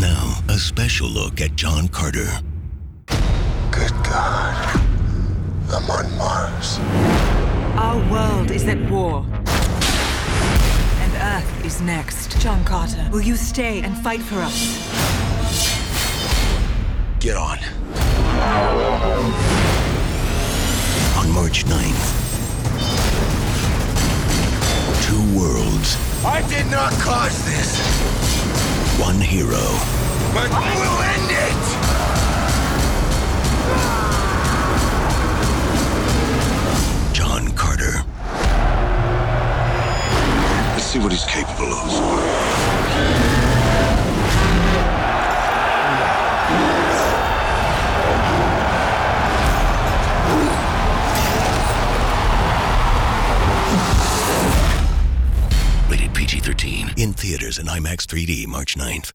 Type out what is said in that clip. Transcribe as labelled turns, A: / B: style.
A: Now, a special look at John Carter.
B: Good God. I'm on Mars.
C: Our world is at war. And Earth is next. John Carter, will you stay and fight for us?
B: Get on.
A: On March 9th, two worlds,
B: I did not cause this,
A: one hero.
B: but we'll end it!
A: John Carter.
B: Let's see what he's capable of.
A: Rated PG 13. In theaters and IMAX 3D March 9th.